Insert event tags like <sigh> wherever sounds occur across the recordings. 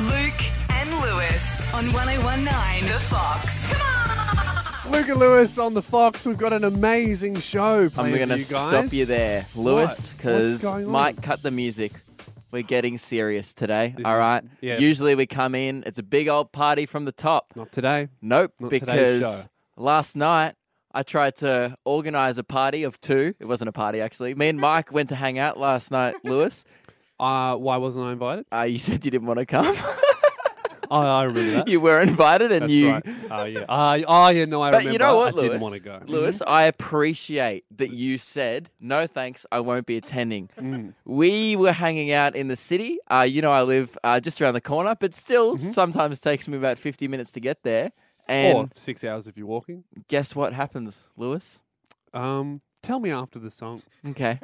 Luke and Lewis on 1019 The Fox. Luke and Lewis on the Fox. We've got an amazing show I'm planned going for to you guys. stop you there, Lewis, What? What's because going on? Mike cut the music. We're getting serious today, This all is- right? yeah. Usually we come in, it's a big old party from the top. Not today. Nope, Not today's show. because last night I tried to organize a party of two. It wasn't a party, actually. Me and Mike went to hang out last night, <laughs> Lewis. Uh, why wasn't I <laughs> invited? Uh, you said you didn't want to come. <laughs> Oh, I remember that. you were invited and That's you. right. Oh yeah. Uh, oh yeah. No, I But remember. you know what, I Lewis? didn't want to go. Mm-hmm. Lewis, I appreciate that you said, no thanks, I won't <laughs> be attending. Mm. We were hanging out in the city. Uh, you know, I live uh, just around the corner, but still sometimes takes me about 50 minutes to get there. And Mm-hmm. or six hours if you're walking. guess what happens, Lewis? Um, tell me after the song. Okay.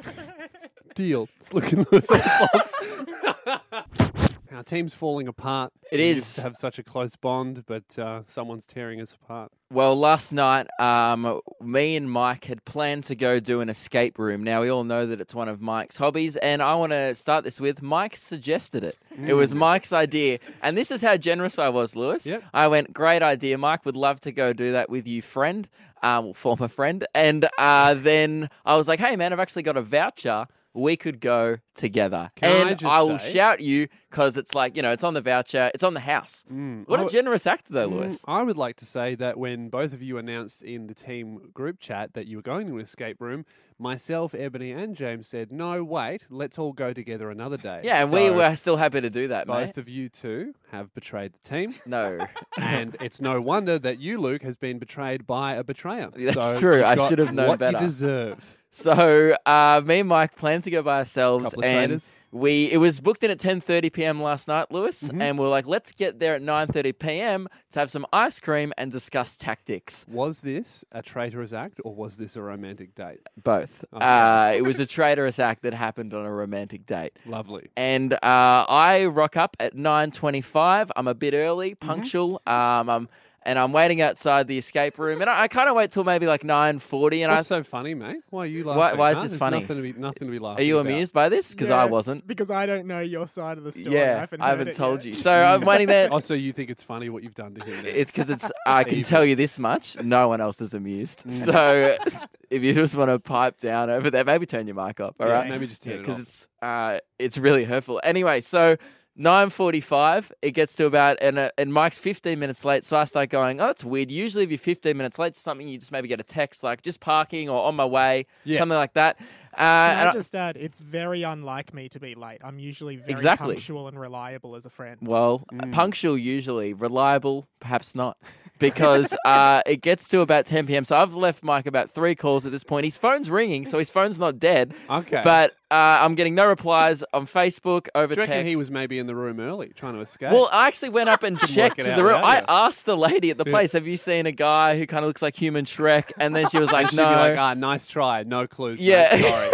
Deal. <laughs> It's looking Lewis on the Fox. <laughs> Our team's falling apart. It we is. used to have such a close bond, but uh, someone's tearing us apart. Well, last night, um, me and Mike had planned to go do an escape room. Now, we all know that it's one of Mike's hobbies, and I want to start this with Mike suggested it. It was Mike's idea, and this is how generous I was, Lewis. Mm. Yep. I went, Great idea, Mike. Would love to go do that with you, friend, um, well, former friend. And uh, then I was like, Hey, man, I've actually got a voucher. We could go together. Can and I just will say- shout you because it's like, you know, it's on the voucher, it's on the house. What I a w- generous act, though, Mm, Lewis. I would like to say that when both of you announced in the team group chat that you were going to an escape room, myself, Ebony, and James said, "No, wait, let's all go together another day." Yeah, and we So were still happy to do that, mate. Both of you two have betrayed the team, No, and it's no wonder that you, Luke, has been betrayed by a betrayer. <laughs> That's So true. you've I got should have known what better. You deserved. so uh, me and Mike planned to go by ourselves, Couple of and traders. we it was booked in at ten thirty p.m. last night, Lewis, Mm-hmm. and we were like, let's get there at nine thirty p.m. to have some ice cream and discuss tactics. Was this a traitorous act, or was this a romantic date? Both. Oh, Uh, it was a traitorous act that happened on a romantic date. Lovely. and uh, I rock up at nine twenty-five. I'm a bit early, Mm-hmm. punctual. Um, I'm, and I'm waiting outside the escape room, and I, I kind of wait till maybe like nine forty. And I, What's so funny, mate? Why are you laughing? Why- why is huh? this There's funny? Nothing to be, nothing to be laughing are you about. amused by this? Because I Yes, wasn't. Because I don't know your side of the story. I Yeah, haven't, I heard haven't it told yet. you. So I'm waiting <laughs> there. Oh, so you think it's funny what you've done to him? Now. <laughs> It's because it's. I can Evil. tell you this much: no one else is Mm. amused. So, <laughs> if you just want to pipe down over there, maybe turn your mic up. All Yeah, right, maybe just turn it because off. it's uh, it's really hurtful. Anyway, so. 9.45 it gets to about and, uh, and mike's 15 minutes late so i start going oh that's weird usually if you're 15 minutes late to something you just maybe get a text like just parking or on my way Yeah. something like that uh, Can and I I- just add, it's very unlike me to be late. I'm usually very Exactly. punctual and reliable as a friend. Well, uh, Mm. punctual usually, reliable perhaps not, <laughs> because uh, it gets to about 10 p.m. So I've left Mike about three calls at this point. His phone's ringing, so his phone's not dead. Okay. But uh, I'm getting no replies on Facebook over Do you reckon text. he was maybe in the room early trying to escape? well, I actually went <laughs> up and checked it the out room. without I you. asked the lady at the place, "Have you seen a guy who kind of looks like human Shrek?" And then <laughs> she was like, She'd "No." be like, ah, nice try. No clues. mate, <laughs> Yeah. sorry.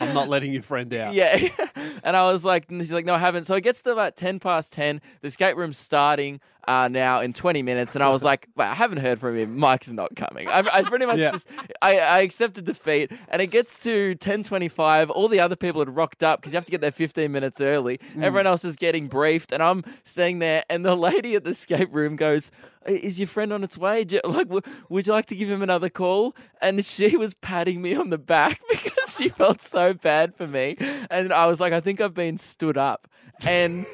I'm not letting your friend out. Yeah. <laughs> and I was like, and she's like, no, I haven't. So it gets to about 10 past 10. The skate room's starting uh, now in 20 minutes. And I was like, wait, I haven't heard from him. Mike's not coming. I, I pretty much Yeah. just, I, I accepted defeat. And it gets to 10.25. All the other people had rocked up because you have to get there 15 minutes early. Everyone else is getting briefed. And I'm staying there. And the <laughs> lady at the skate room goes, "I- is your friend on its way? Do you- <laughs> Like, w- would you like to give him another call? And she <laughs> was patting me on the back <laughs> because she felt so bad for me. And I was like, I think I've been stood up. And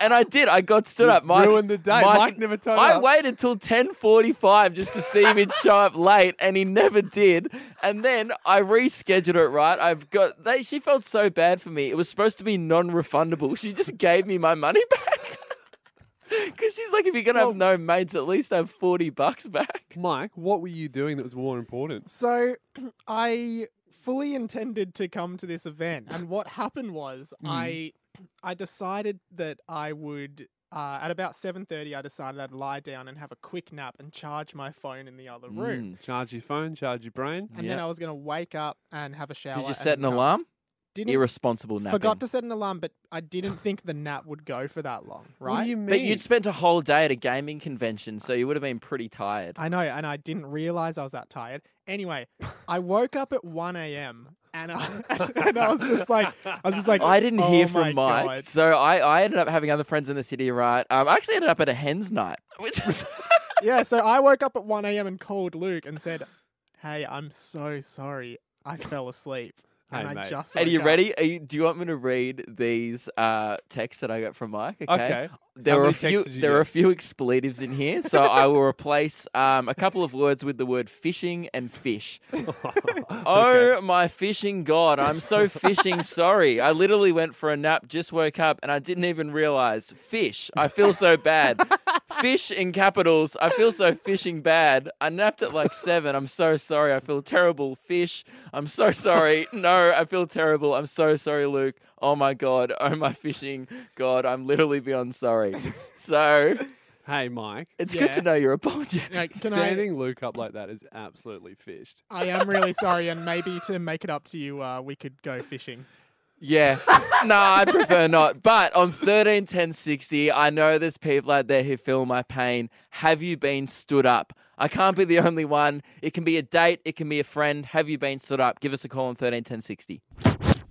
and I did. I got stood up. Mike ruined the day. Mike never turned I up. waited till 10:45 just to <laughs> see if he'd show up late and he never did. And then I rescheduled it right. I've got they she felt so bad for me. It was supposed to be non-refundable. She just gave me my money <laughs> back. Cuz she's like if you're going to have no mates at least have 40 bucks back. Mike, what were you doing that was more important? So <clears throat> I fully intended to come to this event, and what happened <laughs> was Mm. I I decided that I would. Uh, at about 7.30 i decided i'd lie down and have a quick nap and charge my phone in the other room Mm. Charge your phone, charge your brain. and then Yeah. i was going to wake up and have a shower Did you and set an nap. alarm? didn't Irresponsible napping. Forgot to set an alarm, but I didn't think the nap would go for that long, right? What do you mean? But you'd spent a whole day at a gaming convention, so you would have been pretty tired. I know, and I didn't realize I was that tired. Anyway, I woke up at 1 a.m. and I, <laughs> and I was just like, I was just like, I didn't hear "Oh my from Mike, <laughs> God." so I, I ended up having other friends in the city, right? Um, I actually ended up at a hen's night, <laughs> which was Yeah, so I woke up at 1 a.m. and called Luke and said, "Hey, I'm so sorry, I fell asleep." And Hey, I mate. just. And are you <laughs> woke up." ready? Are you, do you want me to read these uh, texts that I got from Mike? Okay. Okay. There How were a many texts few. did you There are get? a few expletives in here, so I <laughs> will replace um, a couple of words with the word fishing and <laughs> fish. Oh my fishing god! I'm so fishing sorry. I literally went for a nap, just woke up, and I didn't even realize fish. I feel so bad. <laughs> Fish in capitals. I feel so fishing bad. I napped at like seven. I'm so sorry. I feel terrible. Fish. I'm so sorry. No, I feel terrible. I'm so sorry, Luke. Oh my god. Oh my fishing god. I'm literally beyond sorry. So Hey, Mike. it's good to Yeah. know you're apologetic. Like, can I, Standing Luke up like that is absolutely fished. I am really sorry, and maybe to make it up to you, uh, we could go fishing. Yeah. no, I prefer not. But on 13, 10, 60, I know there's people out there who feel my pain. Have you been stood up? I can't be the only one. It can be a date, it can be a friend. Have you been stood up? Give us a call on 13, 10, 60.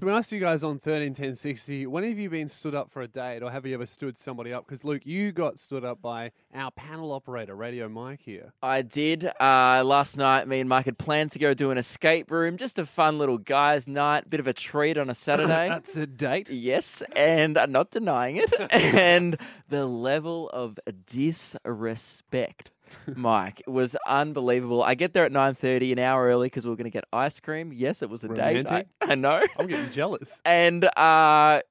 We asked you guys on 13, 10, 60, when have you been stood up for a date or have you ever stood somebody up? Because, Luke, you got stood up by our panel operator, Radio Mike here. I did. Uh, last night, me and Mike had planned to go do an escape room, just a fun little guys' night, bit of a treat on <laughs> a Saturday. That's a date. Yes, and I'm not denying it. and the level of disrespect, Mike, was unbelievable. I get there at 9.30, an hour early, because we were going to get ice cream. Yes, it was a date. I, Romantic. I know. I'm getting jealous. And uh,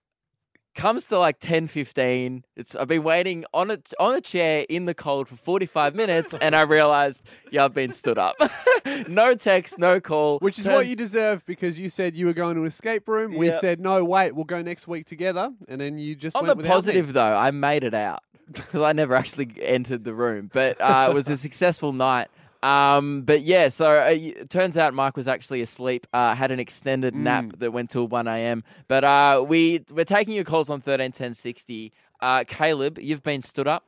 comes to like 10.15. It's, I've been waiting on a, on a chair in the cold for 45 minutes, and I realized, yeah, I've been stood up. <laughs> no text, no call. Which is Turn- what you deserve because you said you were going to an escape room. We Yep. said, no, wait, we'll go next week together. And then you just On went the without me. positive, though, I made it out because I never <laughs> actually entered the room, but uh, it was a successful night. Um, but yeah, so uh, y- it turns out Mike was actually asleep. Uh, had an extended Mm. nap that went till one a.m. But uh, we we're taking your calls on thirteen ten sixty. Uh, Caleb, you've been stood up.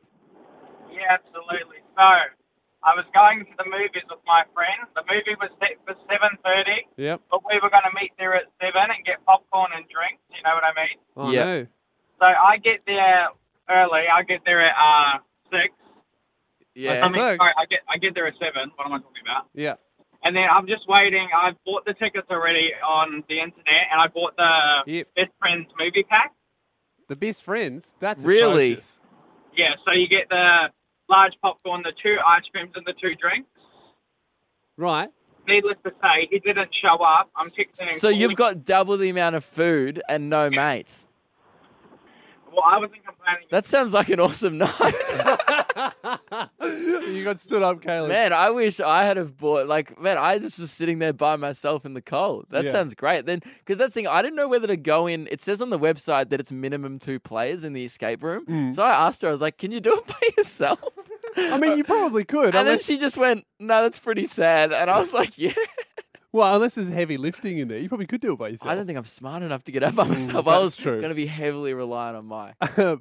Yeah, absolutely. So, I was going to the movies with my friend. The movie was set for 7.30, Yep. but we were going to meet there at 7 and get popcorn and drinks, you know what I mean? I Yep. know. So, I get there early. I get there at uh, 6. I Yeah, mean, Six. sorry, I get, I get there at 7. What am I talking about? Yeah. And then I'm just waiting. I bought the tickets already on the internet, and I bought the Yep. Best Friends movie pack. The best friends. That's Really? atrocious. Yeah, so you get the large popcorn, the two ice creams, and the two drinks. Right. Needless to say, he didn't show up. I'm texting him. so you've got double the amount of food and no mates. Well, I wasn't complaining. That sounds like an awesome <laughs> night. you got stood up, Caleb. Man, I wish I had have bought like man, I just was sitting there by myself in the cold. That Yeah. sounds great. Then because that's the thing, I didn't know whether to go in. It says on the website that it's minimum two players in the escape room. Mm. So I asked her, I was like, Can you do it <laughs> by <laughs> yourself? I mean, you probably could. and then unless- she just went, No, that's pretty sad. And I was <laughs> like, <laughs> Yeah. Well, unless there's heavy lifting in there, you probably could do it by yourself. I don't think I'm smart enough to get up by myself. I Mm, that's was true. gonna be heavily reliant <laughs> on my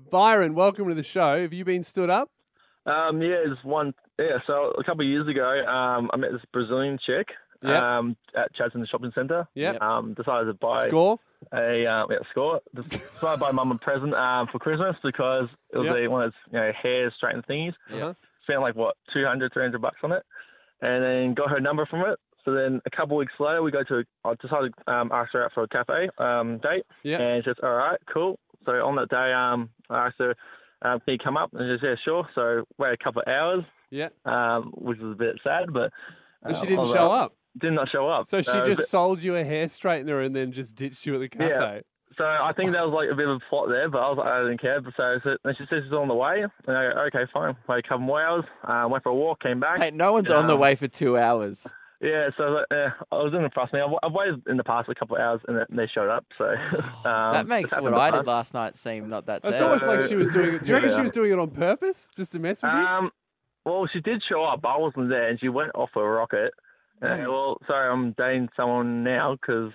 Byron, welcome to the show. Have you been stood up? Um, yeah, it's one. Yeah, so a couple of years ago, um, I met this Brazilian chick Yep. um, at Chadson Shopping Centre. Yep. Um, decided to buy Score? a um, yeah, score. Decided to buy mum a present um, for Christmas because it was Yep. a, one of those you know, hair straightening thingies. Yeah. Spent like what 200, 300 bucks on it, and then got her number from it. So then a couple of weeks later, we go to. I decided to um, ask her out for a cafe um, date. Yep. And she says, all right, cool. So on that day, um, I asked her, um, can you come up? And she says, yeah, sure. So wait a couple of hours, Yeah. um, which was a bit sad, but. But she um, didn't although- show up. Did not show up. So she it was a just sold you a hair straightener and then just ditched you at the cafe. bit- so I think that was like a bit of a plot there, but I was like, I didn't care. But so, so and she says she's on the way, and I go, okay, fine. Wait a couple more hours. Um, went for a walk, came back. Hey, no one's on the Yeah. way for two hours. Yeah, so I was like, eh, I was in the past. Now I've waited in the past a couple of hours, and they showed up. So <laughs> um, that makes it's what happened in the I past. did last night seem not that It's sad. almost <laughs> So- like she was doing it. Do you reckon she Yeah. was doing it on purpose? Just to mess with Mm-hmm. you? Uh, Um, well, she did show up. but I wasn't there, and she went off a rocket. And, Mm. I go, well, sorry, I'm dating someone now because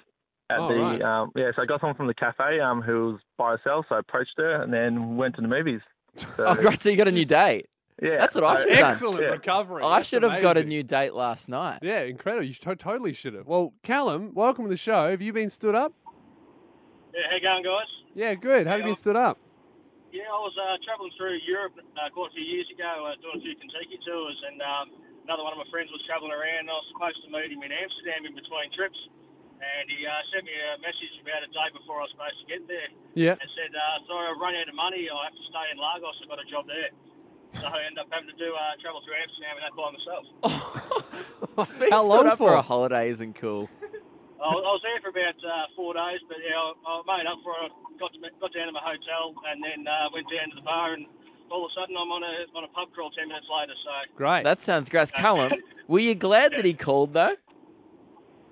at Oh, the right. um, yeah, so I got someone from the cafe um <laughs> who was by herself, so I approached her and then went to the movies. So Oh, great. So you got a new date. Yeah, Oh, That's what I so- should have done. Excellent Yeah. recovery. I That's should have got a amazing. new date last night. Yeah, incredible. You to- totally should have. Well, Callum, welcome to the show. Have you been stood up? Yeah, how you going, guys? Yeah, good. How have you been stood up? Yeah, I was uh, travelling through Europe uh, quite a few years ago, uh, doing a few Kentucky tours, and um, another one of my friends was travelling around. And I was supposed to meet him in Amsterdam in between trips, and he uh, sent me a message about a day before I was supposed to get there, Yeah. and said, uh, "Sorry, I've run out of money. I have to stay in Lagos. I've got a job there." So I ended up having to do uh, travel through Amsterdam and that by myself. Speaks How to long it up for for? a holiday isn't cool. I was, I was there for about uh, four days, but yeah, I, I made up for it. Got, to, got down to my hotel and then uh, went down to the bar, and all of a sudden I'm on a on a pub crawl ten minutes later. So Great. That sounds gross. Callum, were you glad that he called though?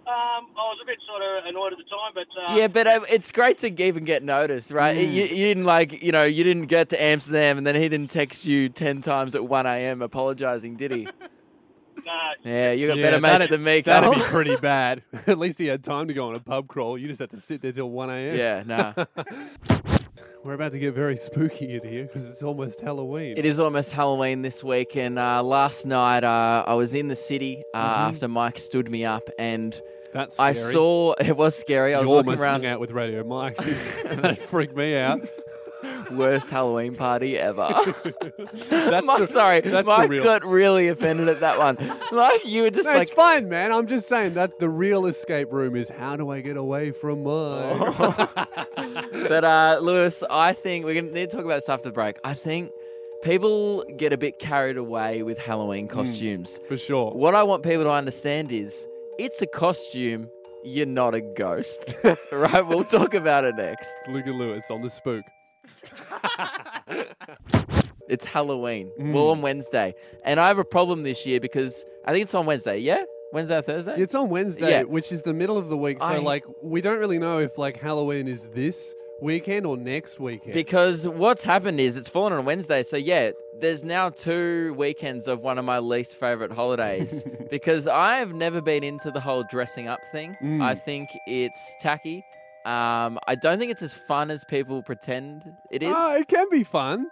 um, I was a bit sort of annoyed at the time, but uh, Yeah, but uh, it's great to even get noticed, right? You, you didn't like, you know, you didn't get to Amsterdam, and then he didn't text you ten times at one a.m. apologizing, did he? nah, Yeah, you got Yeah, better mates that'd- than me, That'd Callum. be <laughs> pretty bad. At least he had time to go on a pub crawl. You just had to sit there till 1 a.m. yeah, nah. We're about to get very spooky in here because it's almost Halloween. <laughs> It is almost Halloween this week, and uh, last night uh, I was in the city uh, after Mike stood me up, and That's I scary. saw <laughs> it was scary. I You was almost walking around. hung out with Radio Mike. <laughs> <laughs> that freaked me out. worst Halloween party ever. <laughs> That's Mike, the- <laughs> sorry, that's the Mike real- got really offended at that one. <laughs> <laughs> Like you were just No, like, it's fine, man. I'm just saying that the real escape room is how do I get away from mine? Oh. but uh, Lewis, I think we're gonna need to talk about this after the break. I think people get a bit carried away with Hmm. Halloween costumes. <laughs> For sure. What I want people to understand is it's a costume. You're not a <laughs> ghost, <laughs> right? We'll talk about it next. Luca Lewis on the spook. It's Halloween. Hmm. Well, on Wednesday, and I have a problem this year because I think it's on Wednesday. Yeah, Wednesday or Thursday. It's on Wednesday, Yeah. which is the middle of the week. So, I- like, we don't really know if like Halloween is this weekend or next weekend. Because what's happened is it's fallen on Wednesday. So, yeah, there's now two weekends of one of my least <laughs> favorite holidays because I've never been into the whole dressing up thing. Mm. I think it's tacky. Um, I don't think it's as fun as people pretend it is. Oh, it can be fun.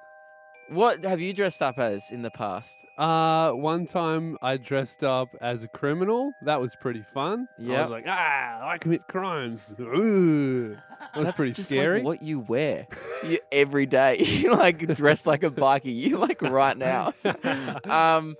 What have you dressed up as in the past? Uh, one time I dressed up as a criminal. That was pretty fun. I Yep. was like, ah, I commit crimes. Ooh. That was That's pretty just like scary. what you wear you, every day. <laughs> You like dressed like a bikie. You like <laughs> right now. um,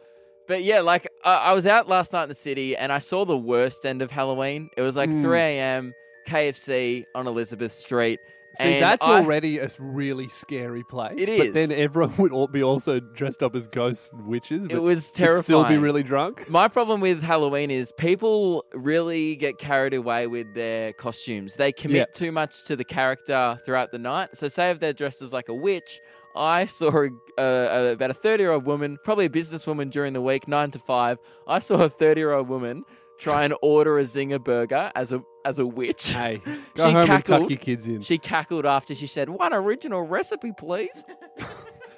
but yeah, like I, I was out last night in the city and I saw the worst end of Halloween. It was like Mm. 3 a.m. KFC on Elizabeth Street. See, and that's I- already a s- really scary place. It But then is. everyone <laughs> would all be also dressed up as ghosts and witches. It but was would terrifying. Still be really <laughs> drunk. My problem with Halloween is people really get carried away with their costumes. They commit Yeah. too much to the character throughout the night. So, say if they're dressed as like a witch, I saw a, uh, uh, about a 30 year old woman, probably a businesswoman during the week, nine to five. I saw a 30 year old woman try and order a Zinger burger as a as a witch. Hey, go She home and tuck cackled. your kids in. <laughs> She cackled after she said, "One original recipe, please." <laughs>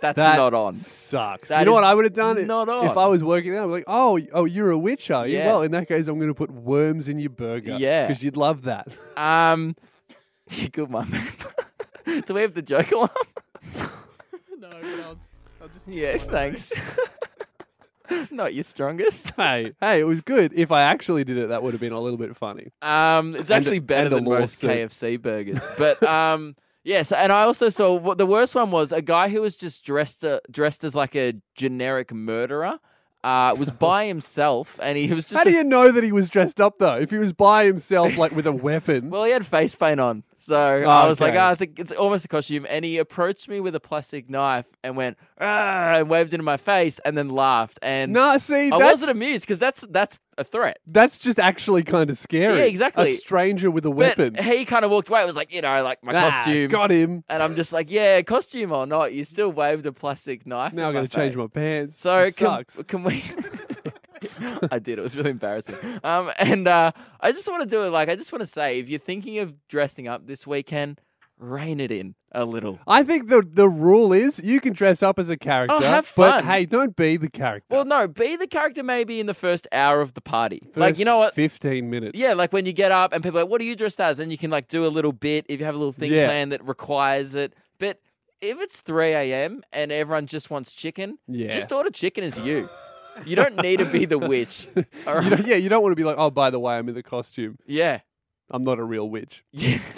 That's That not on. Sucks. That you know is what I would have done? not If on. I was working out, I'd be like, oh, oh, you're a witch, are you? Yeah. Well, in that case, I'm going to put worms in your burger. Yeah. Because you'd love that. <laughs> Um, <laughs> good one. <laughs> Do we have the joke alarm? <laughs> no, but I'll, I'll just. Yeah, one of those. thanks. <laughs> Not your strongest. <laughs> hey, hey, it was good. If I actually did it, that would have been a little bit funny. Um, it's And- actually better and a than most lawsuit. KFC burgers. <laughs> But um, yes, and I also saw what the worst one was a guy who was just dressed uh, dressed as like a generic murderer. Uh, <laughs> was by himself, and he was just How do a- you know that he was dressed up though? If he was by himself, like with a weapon, <laughs> well, he had face paint on, so I was like, okay. ah, it's, a, it's almost a costume. And he approached me with a plastic knife and went ah, and waved it in my face, and then laughed. And nah. See, I that's wasn't amused because that's that's a threat. that's just actually kind of scary. Yeah, exactly. A stranger with a weapon. But he kind of walked away. It was like, you know, like my Ah, costume. got him. And I'm just like, yeah, costume or not, you still waved a plastic knife. Now in I'm gonna my change face. my pants. So it can, sucks. <laughs> can we? I did. It was really embarrassing. Um, and uh, I just want to do it. Like, I just want to say, if you're thinking of dressing up this weekend, rein it in a little. I think the the rule is you can dress up as a character, Oh, have but fun. hey, don't be the character. Well, no, be the character maybe in the first hour of the party. like, First you know what? Fifteen minutes. Yeah, like when you get up and people are like, what are you dressed as? And you can like do a little bit if you have a little thing Yeah. planned that requires it. But if it's 3 a.m. and everyone just wants chicken, Yeah. just order chicken as you. You don't need to be <laughs> the witch. All You right. don't- yeah, you don't want to be like, oh, by the way, I'm in the costume. Yeah. I'm not a real witch. Yeah. <laughs>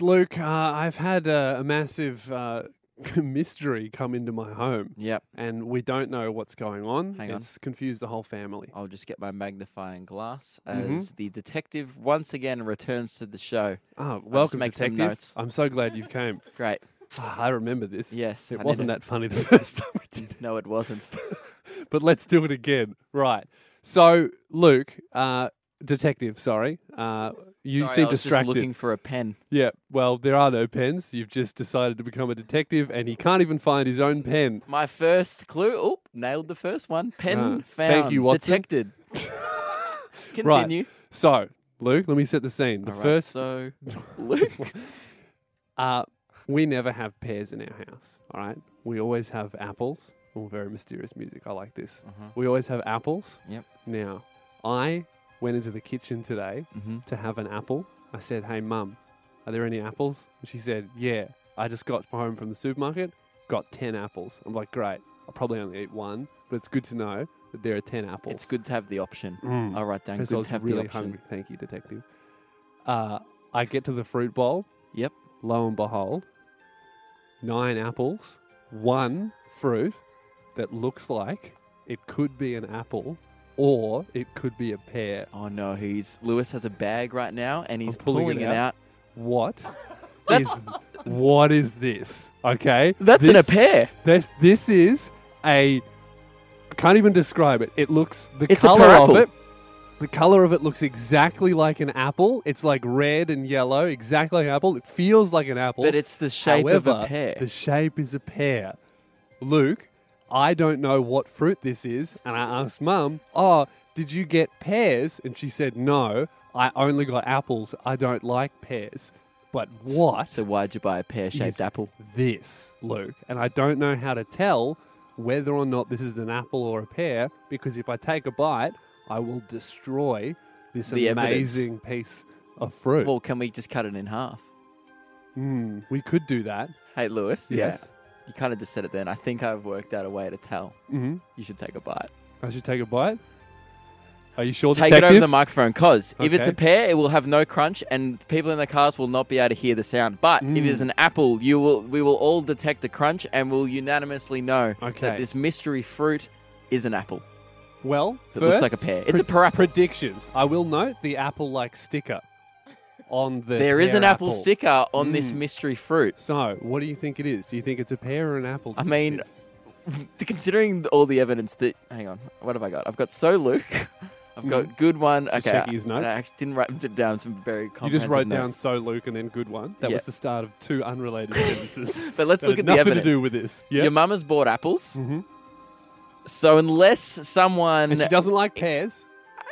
Luke, uh, I've had uh, a massive uh, <laughs> mystery come into my home, Yep. and we don't know what's going on. Hang on. Oh, it's confused the whole family. I'll just get my magnifying glass as Mhm. the detective once again returns to the show. Oh, welcome, make some detective. notes. I'm so glad you came. Great. Ah, I remember this. Yes, I it need wasn't it. that funny the <laughs> first time we did No, it wasn't. it, but let's do it again. Right. So, Luke, uh, detective, sorry, uh, <laughs> you Sorry, seem I was distracted. Just looking for a pen. Yeah, well, there are no pens. You've just decided to become a detective, and he can't even find his own pen. My first clue. Oh, nailed the first one. Pen Uh, found. thank you, Watson. <laughs> Detected. <laughs> Continue. So, Luke, let me set the scene. The All right, first, <laughs> So, Luke. uh, we never have pears in our house. All right, we always have apples. All very mysterious music. I like this. We always have apples. Mm-hmm. Yep. Now, I went into the kitchen today Mhm. to have an apple. I said, "Hey, mum, are there any apples?" And she said, "Yeah, I just got home from the supermarket. Got ten apples." I'm like, "Great. I'll probably only eat one, but it's good to know that there are ten apples." It's good to have the option. Mm. All right, Dan. Because I Good was to have really the option. hungry. Thank you, detective. Uh, I get to the fruit bowl. Yep. Lo and behold, nine apples, one fruit that looks like it could be an apple or it could be a pear. Oh no, he's Lewis has a bag right now and he's pulling pulling, it it out. out. What is <laughs> That's- what is this? Okay, That's in a This- pear. This this is a I can't even describe it. It looks the It's a color of pineapple. it. The color of it looks exactly like an apple. It's like red and yellow, exactly like an apple. It feels like an apple. But it's the shape However, of a pear. The shape is a pear. Luke, I don't know what fruit this is, and I asked Mum, "Oh, did you get pears?" And she said, "No, I only got apples. I don't like pears." But what? So why'd you buy a pear-shaped is apple? This, Luke. And I don't know how to tell whether or not this is an apple or a pear because if I take a bite, I will destroy this The evidence. amazing piece of fruit. Well, can we just cut it in half? Hmm, we could do that. Hey, Lewis. Yes. Yeah. You kind of just said it then. I think I've worked out a way to tell. hmm You should take a bite. I should take a bite. Are you sure, Take it detective? over the microphone, cause if it's a Okay. pear, it will have no crunch, and people in the cars will not be able to hear the sound. But if it's Mm. an apple, you will. We will all detect a crunch, and we'll unanimously know Okay. that this mystery fruit is an apple. well, It looks like a first, pear. It's a parapple. Predictions. I will note the apple-like sticker on the. There is pear an apple, sticker on this Mm. mystery fruit. <laughs> So, what do you think it is? Do you think it's a pear or an apple? I mean, detective? considering all the evidence that. Hang on, what have I got? I've got so Luke. <laughs> I've got good one. Mm-hmm. Just okay, checking his notes. I actually didn't write <laughs> it down some very You comprehensive just wrote down notes. so Luke and then good one. That Yeah. was the start of two <laughs> unrelated sentences. But let's that look had at the nothing evidence. to do with this. Yeah. Your mama's bought apples, Mhm. so unless someone And she doesn't like pears.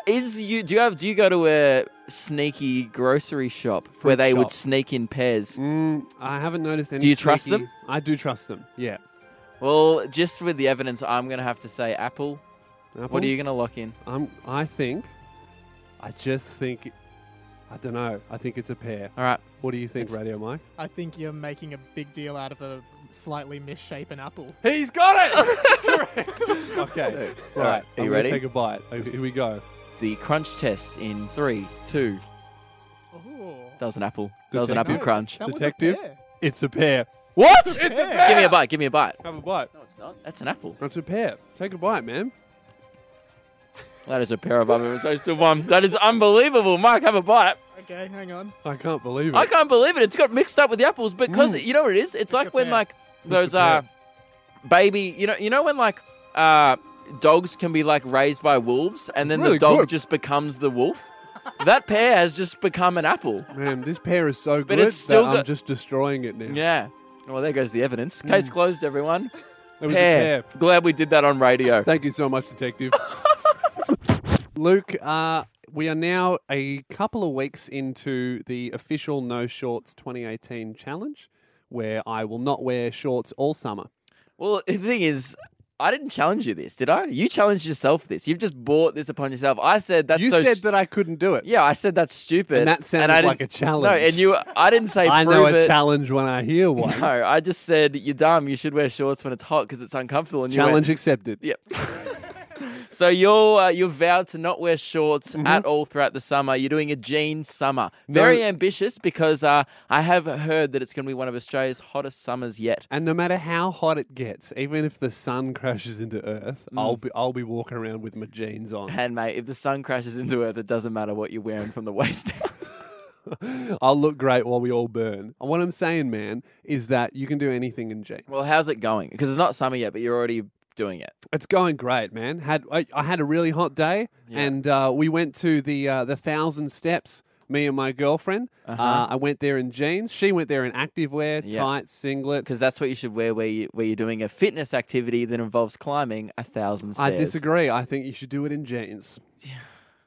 is you, do you have? Do you go to a sneaky grocery shop Fruit where they shop. would sneak in pears? Mm, I haven't noticed any. you trust sneaky- them? I do trust them. Yeah. Well, just with the evidence, I'm gonna have to say apple. Apple? What are you gonna lock in? I'm, I think. I just think. I don't know. I think it's a pear. All right, What do you think, It's- Radio Mike? I think you're making a big deal out of a slightly misshapen apple. He's got it. <laughs> okay. All Right. right, are I'm you gonna ready? Take a bite. Okay, Here we go. the crunch test in three, two. Ooh. That was an apple. That was an Detective. apple crunch. That was a Detective? pear. It's a pear. What? a It's a pear. Give me a bite. Give me a bite. Have a bite. No, it's not. That's an apple. That's a pear. Take a bite, man. That is a pair of other tasted one. That is unbelievable. Mark, have a bite. Okay, hang on. I can't believe it. I can't believe it. It's got mixed up with the apples because Mm. you know what it is. It's, a like when pear. like those a uh pear. baby. You know you know when like uh dogs can be like raised by wolves and then Really the dog good. just becomes the wolf. that pear has just become an apple. Man, this pear is so good But it's still that I'm got- just destroying it now. Yeah. Well, there goes the evidence. Case closed, everyone. It Hmm. was a Pear. pear. Glad we did that on radio. Thank you so much, <laughs> Detective. Luke, uh, we are now a couple of weeks into the official No Shorts 2018 challenge, where I will not wear shorts all summer. Well, the thing is, I didn't challenge you this, did I? You challenged yourself this. You've just bought this upon yourself. I said that's you so said stu- that I couldn't do it. Yeah, I said that's stupid. And that I sounds didn't- like a challenge. No, and you I didn't <laughs> say I prove know a it. challenge when I hear one. <laughs> No, I just said you're dumb. You should wear shorts when it's hot because it's uncomfortable. And you went- Challenge accepted. Yep. <laughs> so you're uh, you're vowed to not wear shorts at all throughout the summer. You're doing a jean summer. Very Mm-hmm. No. ambitious because uh, I have heard that it's going to be one of Australia's hottest summers yet. And no matter how hot it gets, even if the sun <laughs> crashes into Earth, Mm. I'll be I'll be walking around with my jeans on. And mate, if the sun crashes into Earth, it doesn't matter what you're wearing from the waist down. <laughs> <laughs> I'll look great while we all burn. And what I'm saying, man, is that you can do anything in jeans. well, how's it going? Because it's not summer yet, but you're already doing it. It's going great, man. Had I, I had a really hot day, Yeah. and uh, we went to the uh, the thousand steps. Me and my girlfriend. uh I went there in jeans. She went there in activewear, Uh-huh. Yeah. tights, singlet. Because that's what you should wear where, you, where you're doing a fitness activity that involves climbing a thousand I stairs. disagree. I think you should do it in jeans.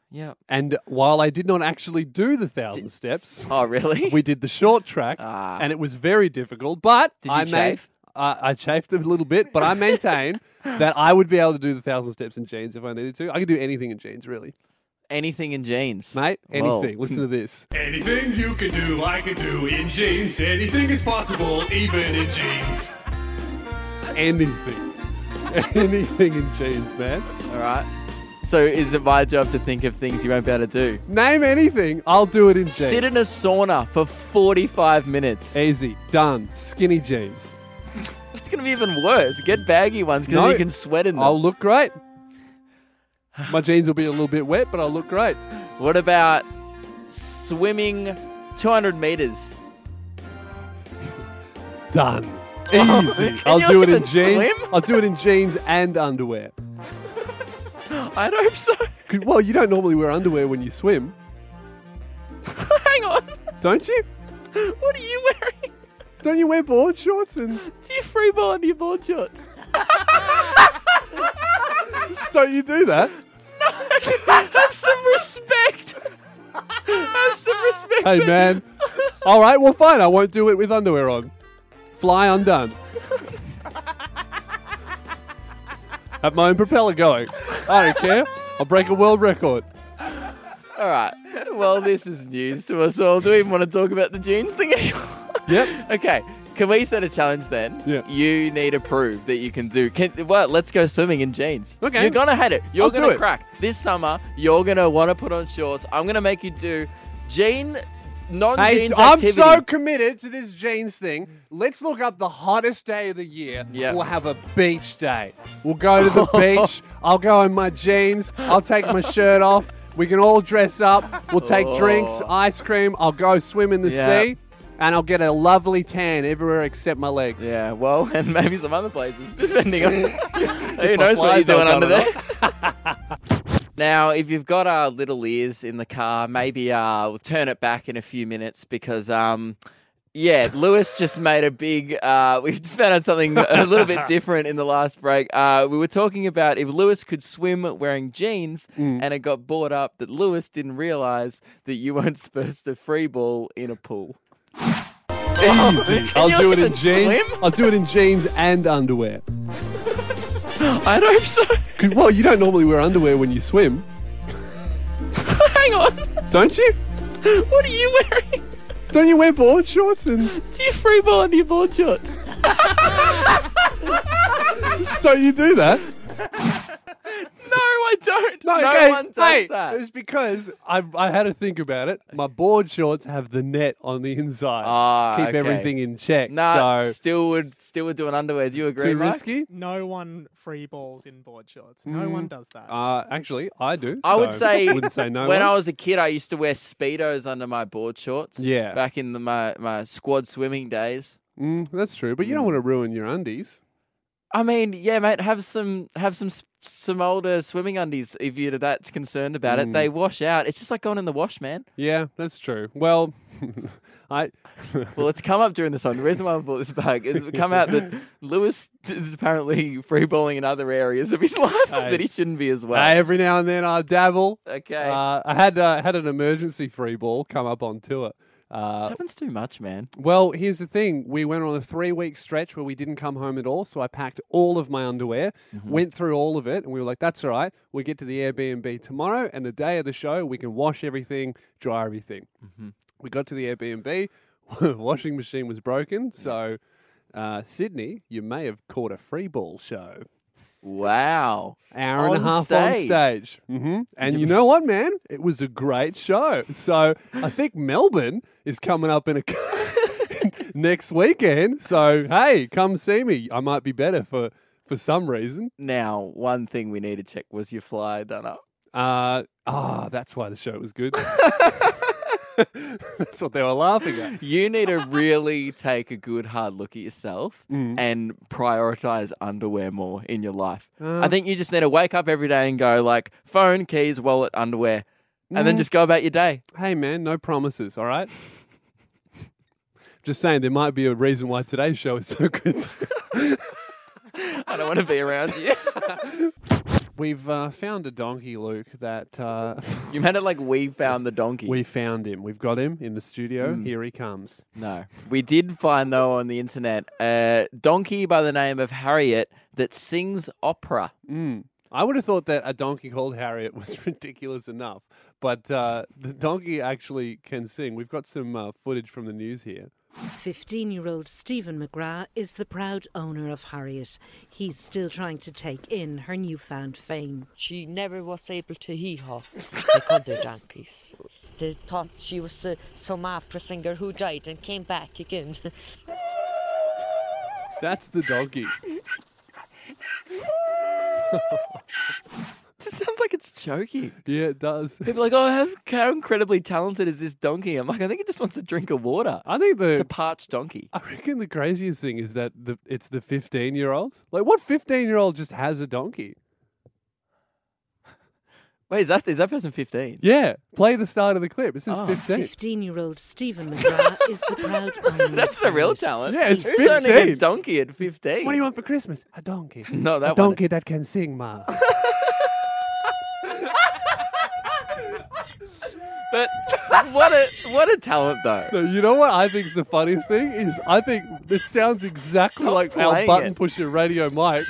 Yeah. And while I did not actually do the thousand steps, Oh, really? <laughs> we did the short track, Ah. and it was very difficult. But Did you I chafe? Made, I I chafed a little bit, but I <laughs> maintain that I would be able to do the thousand steps in jeans if I needed to. I could do anything in jeans, really, <laughs> Anything in jeans. mate. Whoa. Anything. Listen to <laughs> this. Anything you can do, I can do in jeans. Anything is possible, even in jeans. Anything. <laughs> anything in jeans, man. All right. So is it my job to think of things you won't be able to do? Name anything, I'll do it in jeans. Sit in a sauna for 45 minutes. Easy, done. Skinny jeans. It's going to be even worse. Get baggy ones because No. you can sweat in them. I'll look great. My jeans will be a little bit wet, but I'll look great. What about swimming 200 meters? Done. <laughs> Easy. I'll Oh, you do it in even jeans. swim? I'll do it in jeans and underwear. I would hope so. <laughs> 'Cause- Well, you don't normally wear underwear when you swim, Hang on. <laughs> don't you? What are you wearing? <laughs> Don't you wear board shorts <laughs> and Do you free ball under your board shorts? don't you do that? Have some respect. Have some respect. Hey man. <laughs> All right, well fine. I won't do it with underwear on. Fly undone. <laughs> Have my own propeller going. I don't care. I'll break a world record. All right. Well, this is news to us all. Do we even want to talk about the jeans thing anymore? Yep. Okay, can we set a challenge then? Yeah. You need to prove that you can do. Can well, let's go swimming in jeans. Okay. You're gonna hate it. You're I'll do gonna it. crack this summer. You're gonna want to put on shorts. I'm gonna make you do jean, Hey, non-jeans I'm activity. so committed to this jeans thing. Let's look up the hottest day of the year. Yeah. We'll have a beach day. We'll go to <laughs> the beach. I'll go in my jeans. I'll take my shirt off. We can all dress up. We'll take drinks, Oh. ice cream. I'll go swim in the Yeah. sea. And I'll get a lovely tan everywhere except my legs. <laughs> Yeah. Well, <laughs> and maybe some other places, depending on <laughs> who If my knows what flies you're doing aren't under there. going <laughs> Now, if you've got uh, little ears in the car, maybe uh, we'll turn it back in a few minutes because, um, yeah, Lewis just made a big. Uh, <laughs> we've just found out something a <laughs> little bit different in the last break. Uh, we were talking about if Lewis could swim wearing jeans, Mm. and it got brought up that Lewis didn't realize that you weren't <laughs> supposed to free ball in a pool. Easy. Can you I'll do it even in jeans. swim? I'll do it in jeans and underwear. I hope so. 'Cause- Well, you don't normally wear underwear when you swim, <laughs> Hang on. don't you? <laughs> What are you wearing? <laughs> Don't you wear board shorts and Do you free ball under your board shorts? <laughs> don't you do that? No, I don't. No, okay, one does hey, that. It's because I I had to think about it. My board shorts have the net on the inside. Ah, Keep okay. everything in check. Nah, so still would still would do an underwear. Do you agree, too Mike? risky. No one free balls in board shorts. No one does that. Uh, actually, I do. I would so say, wouldn't say no. one. when I was a kid, I used to wear speedos under my board shorts. Yeah. back in the, my my squad swimming days. Mm, that's true, but you Hmm. don't want to ruin your undies. I mean, yeah, mate, have some have some s- some older swimming undies if you're that concerned about Mm. it. They wash out. It's just like going in the wash, man. Yeah, that's true. Well, <laughs> I Well, it's come up during the song. The reason why I brought this back is it come out that Lewis is apparently free balling in other areas of his <laughs> life Hey. that he shouldn't be as well. I- uh, every now and then I dabble. Okay. Uh, I had uh, had an emergency free ball come up on tour. This Uh, happens too much, man. well, here's the thing. We went on a three week stretch where we didn't come home at all. So I packed all of my underwear, went through all of it, and we were like, that's all right. We get to the Airbnb tomorrow, and the day of the show, we can wash everything, dry everything. We got to the Airbnb, <laughs> washing machine was broken. So, uh, Sydney, you may have caught a free ball show. Wow. Hour On and a half on stage. stage. hmm And you know what, man? It was a great show. So I think Melbourne is coming up in a <laughs> next weekend. So hey, come see me. I might be better for for some reason. Now, one thing we need to check was your flyer done up. Uh ah, that's why the show was <laughs> good. that's what they were laughing at. You need to really take a good hard look at yourself and prioritize underwear more in your life. Uh, I think you just need to wake up every day and go like phone, keys, wallet, underwear, and then just go about your day. Hey man, no promises, all right? Just saying there might be a reason why today's show is so good. I don't want to be around you. We've uh, found a donkey, Luke, that uh, you meant it like we found the donkey. We found him. We've got him in the studio. Mm. Here he comes. No. We did find, though, on the internet, a donkey by the name of Harriet that sings opera. I would have thought that a donkey called Harriet <laughs> was ridiculous enough, but uh, the donkey actually can sing. We've got some uh, footage from the news here. 15 year old Stephen McGrath is the proud owner of Harriet. He's still trying to take in her newfound fame. She never was able to hee haw like other donkeys. They thought she was uh, some opera singer who died and came back again. <laughs> That's the <laughs> donkey. just sounds like it's choking. yeah, it does. People are like, oh, how, how incredibly talented is this donkey? I'm like, I think it just wants a drink of water. I think It's a the. parched donkey. I reckon the craziest thing is that the it's the 15 year olds. Like, what 15 year old just has a donkey? Wait, is that, is that person 15? Yeah, play the start of the clip. It says Oh. 15. 15 year old Stephen McGrath is the proud <laughs> owner of That's the real Harriet. talent. Yeah, it's Who's owning a 15? donkey at 15? What do you want for Christmas? A donkey. <laughs> No, that a one. donkey that can sing, ma. But what a what a talent, though. No, you know what I think is the funniest thing is I think it sounds exactly Stop like our playing button it. pusher radio Mike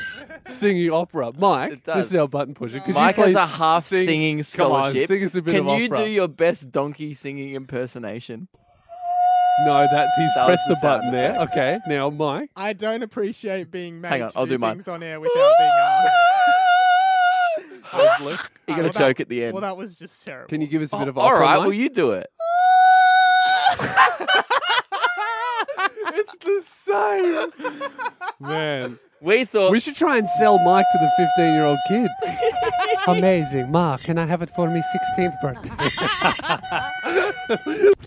singing opera. Mike, It this is does. our button pusher. Could Mike you has please a half sing- singing Come on, scholarship. sing us a bit Can of you opera. do your best donkey singing impersonation? No, that's he's That was pressed the the button sound there. Okay, now Mike. I don't appreciate being made Hang on, to I'll do, do mine. things on air <laughs> without being asked. Hopefully. You're gonna Well, that- choke at the end. Well, that was just terrible. Can you give us a bit of Oh, all opera? right, Mike? will you do it? It's the same. <laughs> Man, We thought we should try and sell Mike to the 15-year-old <laughs> kid. Amazing, Ma. Can I have it for my 16th birthday? <laughs>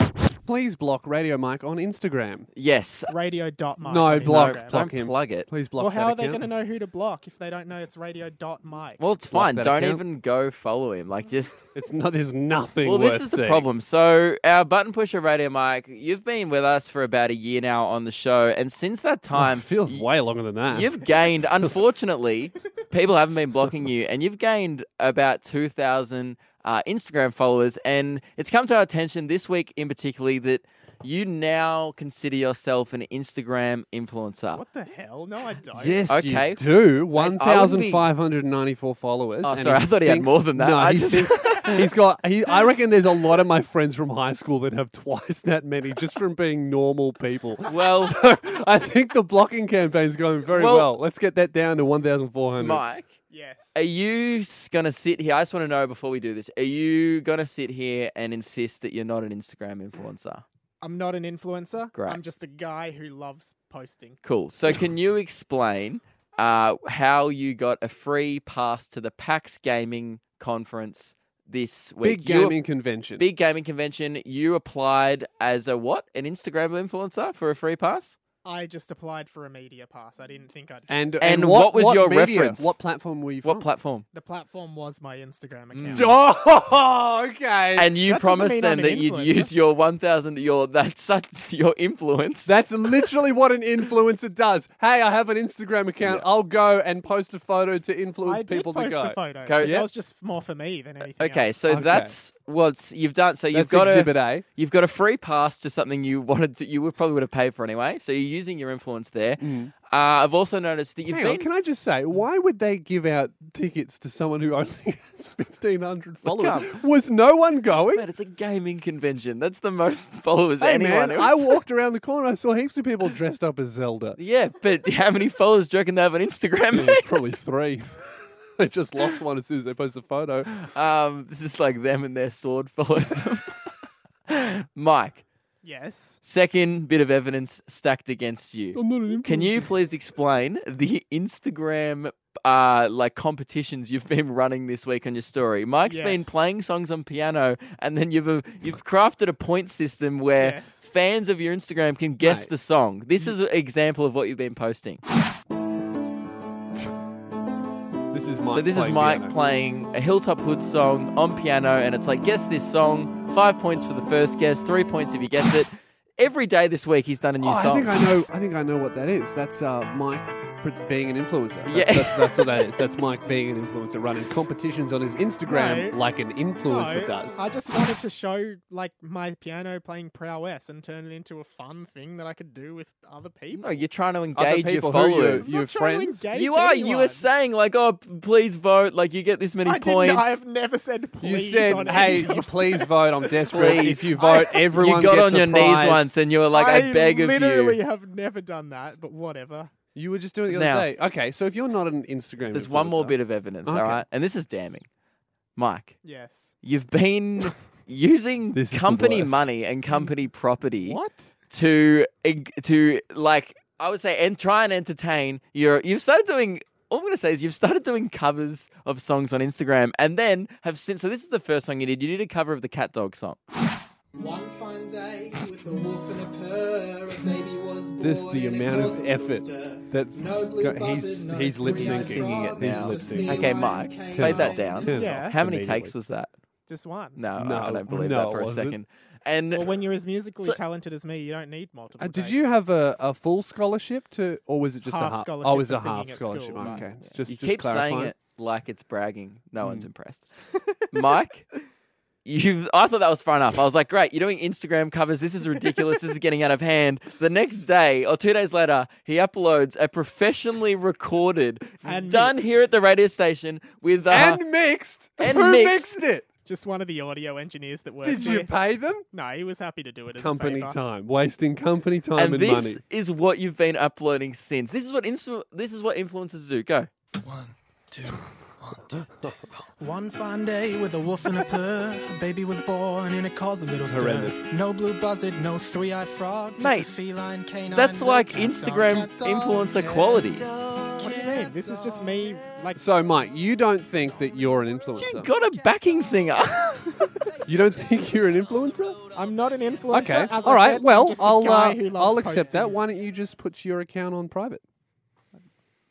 Please block Radio Mike on Instagram. yes. Radio dot Mike. No, on block, block Instagram. don't him. plug it. Please block Well, how are that they going account. to know who to block if they don't know it's radio dot Mike? Well, it's Block fine. that Don't account. even go follow him. Like just. It's not. There's nothing. Well, this worth is the seeing. problem. So our button pusher radio Mike, you've been with us for about a year now on the show, and since that time, Oh, It feels y- way longer than that. You've <laughs> gained, unfortunately, people haven't been blocking you, and you've gained about 2,000 uh, Instagram followers. And it's come to our attention this week, in particularly, that you now consider yourself an Instagram influencer. what the hell? No, I don't. Yes, Okay. you do. wouldn't be- 1,594 followers. Oh, and sorry, I thought he had thinks- more than that. No, I he just- <laughs> thinks- he's got. He, I reckon there's a lot of my friends from high school that have twice that many just from being normal <laughs> people. Well, So <laughs> I think the blocking campaign's going very well. Well- Let's get that down to 1,400. Mike, Yes. are you s- gonna sit here? I just want to know before we do this: Are you gonna sit here and insist that you're not an Instagram influencer? I'm not an influencer. Great. I'm just a guy who loves posting. Cool. So, can you explain uh, how you got a free pass to the PAX Gaming Conference this week? Big You- gaming convention. big gaming convention. You applied as a what? An Instagram influencer for a free pass? I just applied for a media pass. I didn't think I'd. And, and, And what, what was your media- reference? What platform were you from? What platform? the platform was my Instagram Mm. account. <laughs> Oh, okay. And you that doesn't promised mean them I'm an that you'd influencer. use your one thousand, your <laughs> that's such your influence. That's literally what an influencer does. Hey, I have an Instagram account. I'll go and post a photo to influence I did people post to go. a photo. Go- but Yeah. That was just more for me than anything. okay, else. so Okay. that's Well, it's, you've done so. You've That's got exhibit a, A. You've got a free pass to something you wanted to. You would probably would have paid for anyway. So you're using your influence there. Uh, I've also noticed that you've Mm. Hang been. on, can I just say, why would they give out tickets to someone who only <laughs> has 1,500 followers? come. Was no one going? Man, it's a gaming convention. That's the most <laughs> followers Hey, anyone. man, who- I walked around the corner. I saw heaps of people dressed up as Zelda. <laughs> yeah, but <laughs> how many followers do you reckon they have on Instagram? Yeah, Probably three. <laughs> they just lost one as soon as they posted a photo. um, this is like them and their sword follows them. <laughs> Mike, Yes. second bit of evidence stacked against you. I'm not an <laughs> Can you please explain the Instagram uh, like competitions you've been running this week on your story? Mike's been Yes. playing songs on piano, and then you've uh, you've crafted a point system where Yes. fans of your Instagram can guess Mate. the song. This is an example of what you've been posting. This is Mike. so this is playing Mike piano. playing a Hilltop Hood song on piano, and it's like guess this song. Five points for the first guess, three points if you <laughs> guess it. Every day this week, he's done a new Oh, I song. think I know. I think I know what that is. That's uh, Mike pr- being an influencer. That's, Yeah. that's, that's what that is. That's Mike being an influencer, running competitions on his Instagram No. like an influencer No, does. I just wanted to show like my piano playing prowess and turn it into a fun thing that I could do with other people. no, you're trying to Other engage your people who are followers. I'm your not trying to friends? engage You are. You anyone. were saying like, oh, p- please vote. Like you get this many I points. Didn't, I have never said you please. on said, "Hey, any you of- please vote. I'm desperate. Please. If you vote, everyone you got gets on a your prize." knees once, and you were like, I, beg of literally you. have never done that, but whatever. You were just doing it the Now. other day. Okay, so if you're not an Instagram, There's one more influencer- bit of evidence, all Okay. right? And this is damning, Mike. Yes. You've <laughs> been using This is the company worst. money and company property What? to eg- to like I would say and try and entertain your you've started doing all I'm gonna say is you've started doing covers of songs on Instagram and then have since so this is the first song you did. You did a cover of the cat dog song. One fine day, with a wolf and a purr, a baby was born. This the and it amount was of a effort rooster. that's No blue go- buzzard, he's no he's lip three-eyed syncing. singing it frog, now. He's just lip synging. the Okay, lion Mike, came fade that home. down. Turn it Yeah. off How many immediately. takes was that? Just one. No, No, I don't believe no, that it for a wasn't. second. And Well, when you're as musically So- talented as me, you don't need multiple. Uh, did takes. you have a, a full scholarship to, or was it just Half a half? scholarship Oh, it was for a half singing at scholarship. school, right. okay, it's just you just keep clarifying. Hmm. saying it like it's bragging. No one's impressed. Mike, you I thought that was far enough. I was like, great, you're doing Instagram covers. This is ridiculous. this is getting out of hand. The next day or two days later, he uploads a professionally recorded, And done mixed. here at the radio station with <laughs> uh, <laughs> And mixed. And Who mixed. mixed it? Just one of the audio engineers that works. Did you here. pay them? No, he was happy to do it. As Company a favor. time, wasting company time and, and this money. is what you've been uploading since. This is what influ- this is what influencers do. Go. One fine day with a wolf and a purr, a baby was born and it caused a little stir. Horrendous. No blue buzzard, no three-eyed frog, just Mate, a feline canine. That's little like cat dog, Instagram cat dog, influencer cat quality. dog, What do you cat mean? This is just me. Like, So, Mike, you don't think that you're an influencer? Got a backing singer. <laughs> You don't think you're an influencer? I'm not an influencer. Okay. as I All right. said, I'm well, just a I'll guy uh, who loves I'll accept posting. that. Why don't you just put your account on private?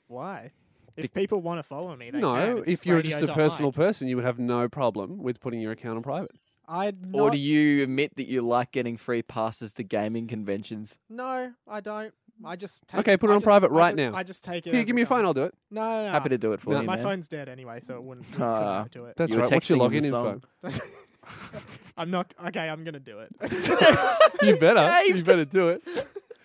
Why? If people want to follow me, they can. no. It's If you're just a radio.mike. personal person, you would have no problem with putting your account on private. I'd not, Or do you admit that you like getting free passes to gaming conventions? No, I don't. I just take Okay, put it I on just- private I right ju- now. I just take it. Here, as give it me a phone. comes. I'll do it. No, no, no. Happy to do it for No, you, My man. phone's dead anyway, so it wouldn't, it Ah. couldn't do it. Uh, That's You were right. What's your texting login in the info? song. I'm not okay. I'm gonna do it. <laughs> <laughs> You <laughs> better. you Caved. better do it.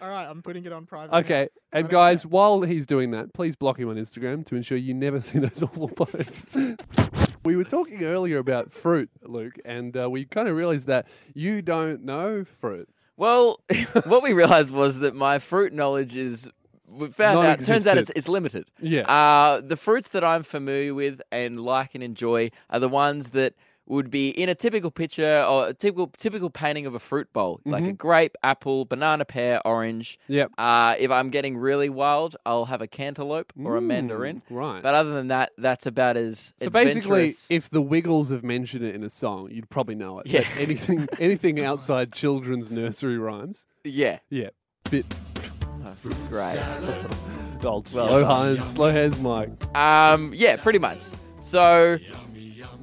All right, I'm putting it on private. <laughs> now. Okay. <laughs> And don't guys, while he's doing that, please block him on Instagram to ensure you never <laughs> see those awful posts. <laughs> we were talking earlier about fruit, Luke, and uh, we kind of realized that you don't know fruit. <laughs> Well, what we realized was that my fruit knowledge is we found out. Turns out it's, Non-existent. it's limited. Yeah. Uh, the fruits that I'm familiar with and like and enjoy are the ones that would be in a typical picture or a typical typical painting of a fruit bowl, like a grape, apple, banana, pear, orange. Mm-hmm. Yep. Uh, if I'm getting really wild, I'll have a cantaloupe or a mandarin. Mm, right. But other than that, that's about as So basically, adventurous- if the Wiggles have mentioned it in a song, you'd probably know it. Yeah. But <laughs> anything, anything outside children's nursery rhymes. yeah, Yeah. Bit right. old. slow hands, slow hands, Mike. Um, yeah, pretty much. So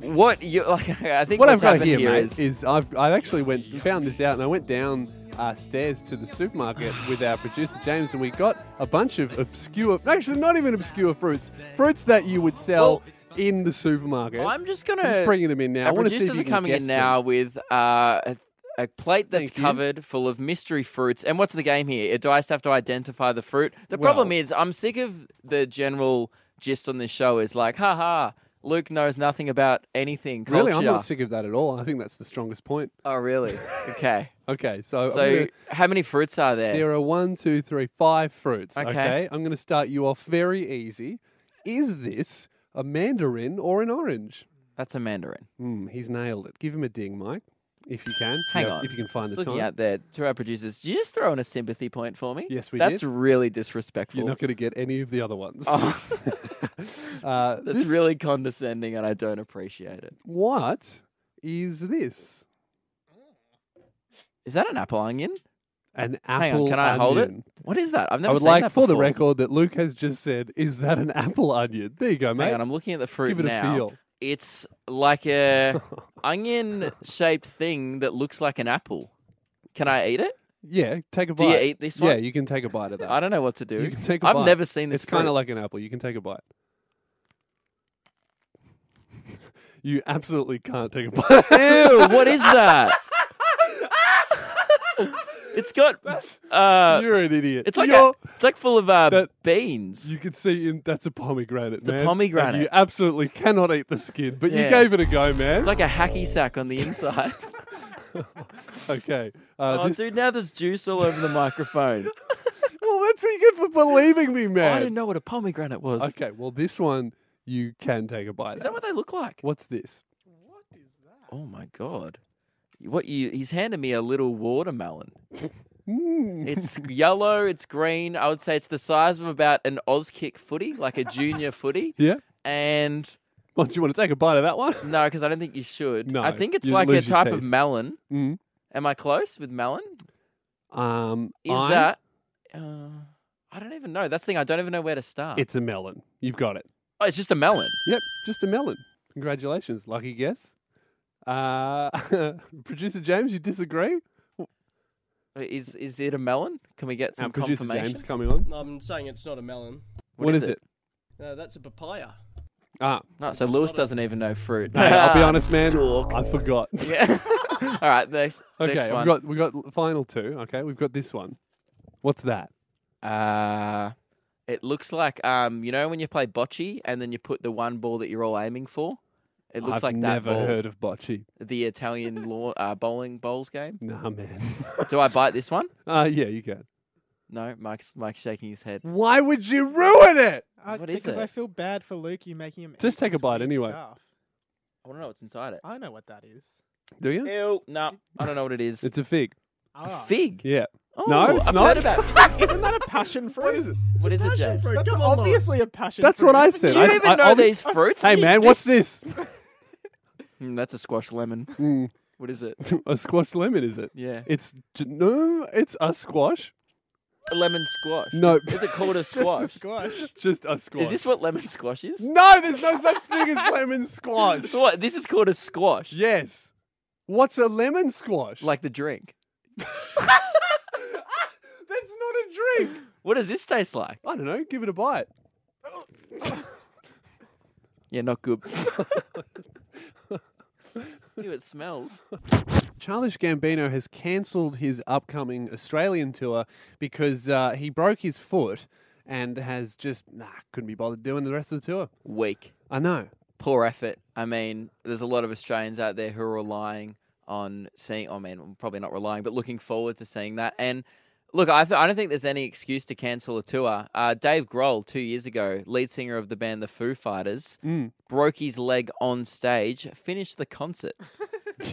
what you <laughs> like? I think what I've what's got happened here, here mate, is- is I've, I actually went found this out, and I went down uh, stairs to the <sighs> supermarket with our producer James, and we got a bunch of obscure, actually not even obscure fruits, fruits that you would sell in the supermarket. I'm just gonna just bringing them in now. I Our want to see if producers you are can coming guess in them. now with uh, a, a plate that's Thank you. covered full of mystery fruits. And what's the game here? Do I just have to identify the fruit? The problem Well- is, I'm sick of the general gist on this show is like, ha ha, Luke knows nothing about anything. Culture. Really, I'm not sick of that at all. I think that's the strongest point. Oh, <laughs> really? Okay. Okay, so I'm so, gonna- how many fruits are there? there are one, two, three, five fruits. Okay. Okay, I'm going to start you off very easy. Is this a mandarin or an orange? That's a mandarin. Hmm, he's nailed it. Give him a ding, Mike, if you can. Hang Yeah, on. if you can find Just the looking time. out there to our producers. Did you just throw in a sympathy point for me? Yes, we That's did. really disrespectful. <laughs> You're not going to get any of the other ones. Oh. <laughs> uh, <laughs> That's this- really condescending, and I don't appreciate it. What is this? Is that an apple onion? An Hang apple on, can I hold it? onion. What is that? I've never I would seen like, that for the before. record, that Luke has just said, "Is that an apple onion?" There you go, mate. Hang on, I'm looking at the fruit Give it now. a feel. It's <laughs> like a onion shaped thing that looks like an apple. Can I eat it? Yeah, take a Do bite. you eat this Yeah, one? you can take a bite of that. I don't know what to do. You can take a I've bite. never seen this. It's kind fruit. of like an apple. You can take a bite. you absolutely can't take a bite. Ew, what is that? <laughs> it's got uh You're an idiot. it's like a, You're- it's like full of uh, That- beans. You can see in that's a pomegranate. a man. pomegranate. And you absolutely cannot eat the skin, but Yeah. you gave it a go, man. It's like a hacky sack on <laughs> the inside. okay. Uh, oh, Oh, this- dude, now there's juice all over <laughs> the microphone. Oh, Well, that's what you get for believing me, I man. didn't know what a pomegranate was. Okay. Well, this one you can take a bite. Is that out. what they look like? What's this? Oh my god. What you he's handed me a little watermelon. Mm. It's yellow, it's green. I would say it's the size of about an Auskick footy, like a junior footy. <laughs> Yeah. And Well, do you want to take a bite of that one? no, because I don't think you should. I No, think it's you'd like a lose your type of teeth. melon. Mm. Am I close with melon? Um, Is I'm- that uh, I don't even know. That's the thing. I don't even know where to start. It's a melon. You've got it. oh, it's just a melon. Yep, just a melon. Congratulations. Lucky guess. Uh, <laughs> producer James, you disagree? Wait, Is is it a melon? Can we get some Our producer confirmation? James coming on. I'm saying it's not a melon. what is is it? it? No, that's a papaya. <laughs> Ah, No, so Lewis doesn't even know fruit. hey, I'll be honest, man. Dork. I forgot. <laughs> Yeah. <laughs> All right. Next. Okay, next we've one. got we've got l- final two. Okay, we've got this one. What's that? Uh, it looks like um, you know when you play bocce and then you put the one ball that you're all aiming for. It looks I've like that never ball. heard of bocce. The Italian law, uh, bowling bowls game. Nah, <laughs> man. Do I bite this one? uh, yeah, you can. No, Mike's Mike's shaking his head. Why would you ruin it? I, What is Uh, because I it? feel bad for Luke, you making him. Just eat take a this bite weird anyway. Stuff. I want to know what's inside it. I know what that is. Do you? Ew, no, I don't know what it is. It's a fig. Ah. fig. Yeah. Oh, No, it's I've not. heard <laughs> about. figs. Isn't that a passion fruit? what is it, James? fruit. That's Come on, obviously a passion. That's fruit. what I <laughs> said. Do you I, even I know obvi- these fruits? Hey, man, what's this? Mm, that's a squash lemon. <laughs> Mm, What is it? <laughs> a squash lemon, is it? Yeah, It's j- no, it's a squash. a lemon squash. No, <laughs> Is it called a It's just squash? a squash. just a squash. Is this what lemon squash is? No, there's no such thing as lemon <laughs> squash. So what? This is called a squash. Yes. What's a lemon squash? <laughs> Like the drink. that's not a drink. What does this taste like? I don't know. Give it a bite. Yeah, <laughs> not good. <laughs> Ew, it smells. Childish Gambino has cancelled his upcoming Australian tour because uh, he broke his foot and has just nah couldn't be bothered doing the rest of the tour. Weak. I know. Poor effort. I mean, there's a lot of Australians out there who are relying on seeing, I mean, probably not relying, but looking forward to seeing that. And look, I, th- I don't think there's any excuse to cancel a tour. Uh, Dave Grohl, two years ago, lead singer of the band The Foo Fighters, Mm. broke his leg on stage, finished the concert. <laughs>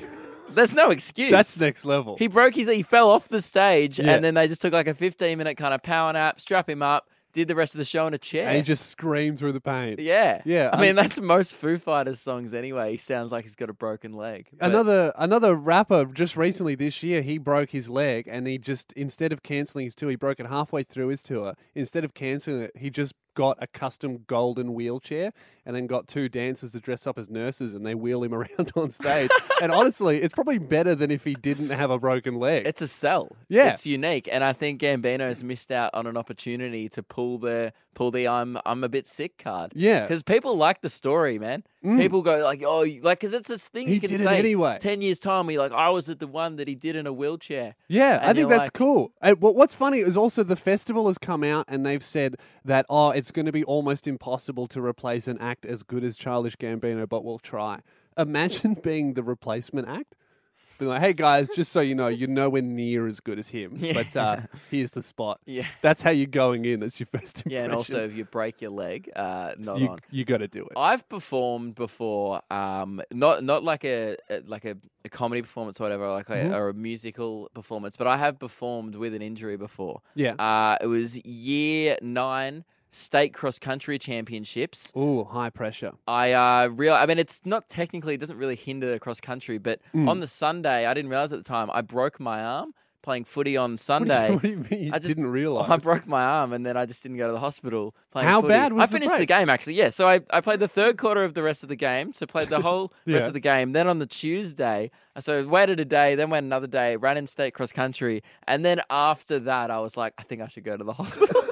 there's no excuse. That's next level. He broke his. He fell off the stage, Yeah. and then they just took like a fifteen minute kind of power nap, strap him up, did the rest of the show in a chair. And he just screamed through the pain. yeah, Yeah, um, I mean, that's most Foo Fighters songs anyway. He sounds like he's got a broken leg. But Another another rapper just recently this year he broke his leg and he just instead of canceling his tour he broke it halfway through his tour instead of canceling it he just got a custom golden wheelchair and then got two dancers to dress up as nurses and they wheel him <laughs> around on stage. and honestly, it's probably better than if he didn't have a broken leg. It's a sell. Yeah. it's unique, and I think Gambino's missed out on an opportunity to pull the pull the I'm I'm a bit sick card. Yeah. because people like the story, man. Mm. People go like, oh, you- like because it's this thing He you can did it say anyway. Ten years time, we like I was at the one that he did in a wheelchair. Yeah, I And think you're that's like- cool. And what, what's funny is also the festival has come out and they've said that oh, it's going to be almost impossible to replace an act as good as Childish Gambino, but we'll try. Imagine <laughs> being the replacement act. Being like, hey guys, just so you know, you're nowhere near as good as him, but <laughs> uh, here's the spot. Yeah. that's how you're going in. That's your first impression. Yeah, and also if you break your leg, uh, not you, on. you got to do it. I've performed before, um, not not like a, a like a, a comedy performance or whatever, like a, Mhm. or a musical performance, but I have performed with an injury before. Yeah. uh, it was year nine state cross country championships. Ooh, high pressure. <laughs> I uh, real. I mean, it's not technically. It doesn't really hinder the cross country, but Mm. on the Sunday, I didn't realize at the time I broke my arm playing <laughs> footy on Sunday. What do you mean? You I just- didn't realize. I broke my arm and then I just didn't go to the hospital. Playing How footy. bad was I the finished break? game actually. Yeah, so I, I played the third quarter of the rest of the game. So played the whole <laughs> Yeah. rest of the game. Then on the Tuesday, uh, so I waited a day, then went another day, ran in state cross country, and then after that, I was like, I think I should go to <laughs> the <laughs> hospital.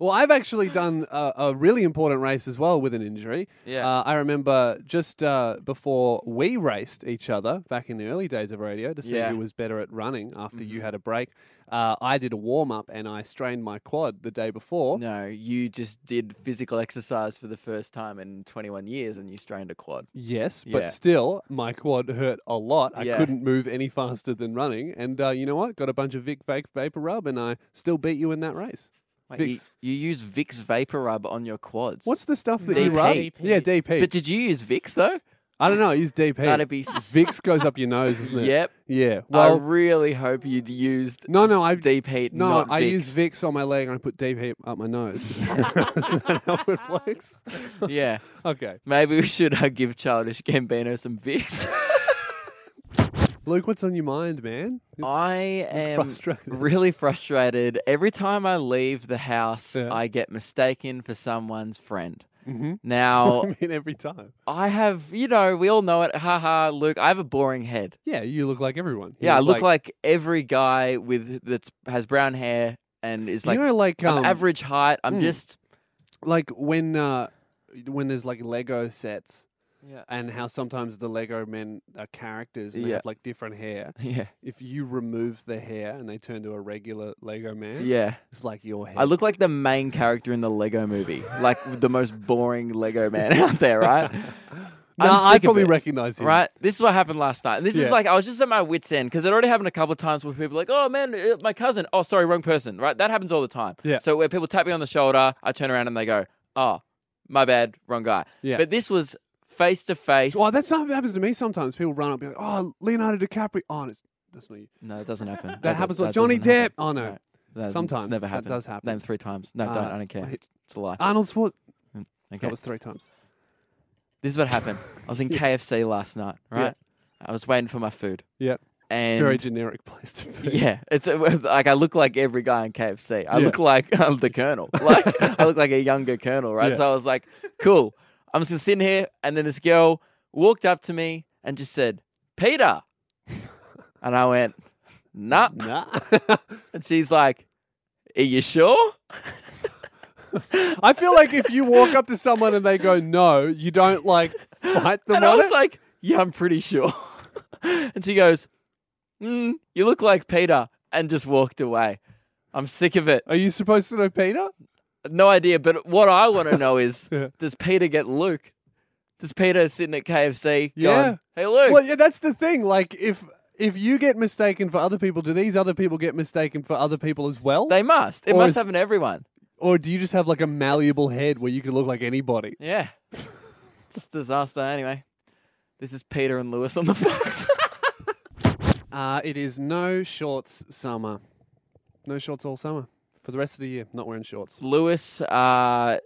Well, I've actually done a, a really important race as well with an injury. Yeah. Uh, I remember just uh, before we raced each other back in the early days of radio to see Yeah. Mm-hmm. who was better at running after you had a break. Uh, I did a warm up and I strained my quad the day before. no, you just did physical exercise for the first time in 21 years, and you strained a quad. Yes, Yeah. but still, my quad hurt a lot. I Yeah. couldn't move any faster than running. And uh, you know what? Got a bunch of Vic Vape Vapor Rub and I still beat you in that race. Wait, Vicks. you, you use Vicks Vapor Rub on your quads. What's the stuff that you DP? rub? Yeah, DP. But did you use Vicks though? I don't know. I use DP. That'd be s- Vicks goes up your nose, isn't it? Yep. Yeah. I Well, really hope you'd used no, no, I deep heat. no, not I Vicks. use Vicks on my leg and I put deep heat up my nose. <laughs> Is that how <laughs> it works? <laughs> Yeah, Okay. maybe we should uh, give Childish Gambino some <laughs> Vicks. Luke, what's on your mind, man? <laughs> I am frustrated. really frustrated. Every time I leave the house, Yeah. I get mistaken for someone's friend. Mm-hmm. <laughs> Now, I mean, every time. I have, you know, we all know it. Haha, Luke, I have a boring head. Yeah, you look like everyone. You Yeah, I look like, every guy with that's has brown hair and is like, you know, like I'm um, average height. I'm mm. just <laughs> like when uh, when there's like Lego sets. Yeah. And how sometimes the Lego men are characters and they Yeah. have like different hair. yeah, If you remove the hair and they turn to a regular Lego man, yeah. it's like your hair. I look like the main character in the Lego movie, like the most boring Lego man <laughs> out there, right? <laughs> No, I'm I sick of probably it, recognize him. Right? This is what happened last night. And this Yeah. is like, I was just at my wits' end because it already happened a couple of times where people are like, oh man, uh, my cousin. Oh, sorry, wrong person, right? That happens all the time. Yeah. So where people tap me on the shoulder, I turn around and they go, oh, my bad, wrong guy. Yeah. But this was face to face. Well, that's something that happens to me sometimes. People run up and be like, oh, Leonardo DiCaprio. Oh, it's, that's not you. No, it doesn't happen. That happens like Johnny Depp. Oh, no. Sometimes. Sometimes. never That happened. does happen. Name three times. No, don't. Uh, I don't care. wait. It's a lie. Arnold Schwarzenegger. okay. That was three times. This is what happened. I was in KFC last night, Yeah. right? I was waiting for my food. Yeah. And Very generic place to be. yeah, it's <laughs> uh, like I look like every guy in KFC. I Yeah. look like <laughs> um, the colonel. Like I look like a younger colonel, right? Yeah. So I was like, cool. I'm just gonna sit in here, and then this girl walked up to me and just said, <laughs> "Peter," and I went, "Nah." Nah. And she's like, "Are you sure?" <laughs> I feel like if you walk up to someone and they go, no, you don't like fight them and I on was it. like, "Yeah, I'm pretty sure." <laughs> and she goes, mm, "You look like Peter," and just walked away. I'm sick of it. Are you supposed to know Peter? No idea. But what I want <laughs> to know is, Yeah. does Peter get Luke? Does Peter sitting at KFC Yeah. going, "Hey, Luke"? Well, yeah, that's the thing. Like, if if you get mistaken for other people, do these other people get mistaken for other people as well? They must. It Or must is- happen to everyone. or do you just have like a malleable head where you can look like anybody? <laughs> Yeah. it's a disaster. Anyway, this is Peter and Lewis on the <laughs> Fox. Uh, it is no shorts summer. No shorts all summer. For the rest of the year, not wearing shorts. Lewis, uh,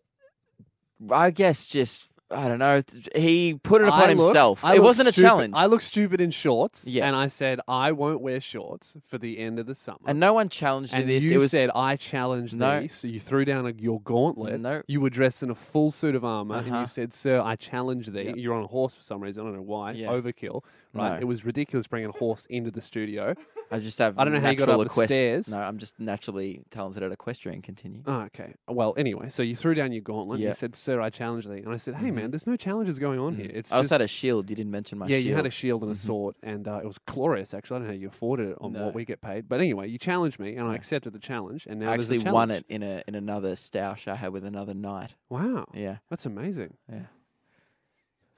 I guess, just I don't know. He put it upon I look- himself. I it look wasn't stupid- a challenge. I look stupid in shorts. Yeah. And I said, I won't wear shorts for the end of the summer. and no one challenged you And this. you it was said, I challenged No. thee. So you threw down a, your gauntlet. No. You were dressed in a full suit of armor. And Uh-huh. you said, Sir, I challenge thee. Yep. You're on a horse for some reason. I don't know why. Yeah. Overkill. Right. No. It was ridiculous bringing a horse into the studio. I just have. I don't know how you got up natural the stairs. No, I'm just naturally talented at equestrian. Continue. Oh, okay. Well, anyway, so you threw down your gauntlet. Yeah. You said, "Sir, I challenge thee." And I said, "Hey, Mhm. man, there's no challenges going on here. It's Mm. I also just had a shield. You didn't mention my yeah, shield. you had a shield and a Mhm. sword, and uh, it was glorious. Actually, I don't know how you afforded it on No. what we get paid, but anyway, you challenged me, and I accepted the challenge, and now I actually there's a won challenge. it in a in another stoush I had with another knight. Wow, Yeah. that's amazing. Yeah.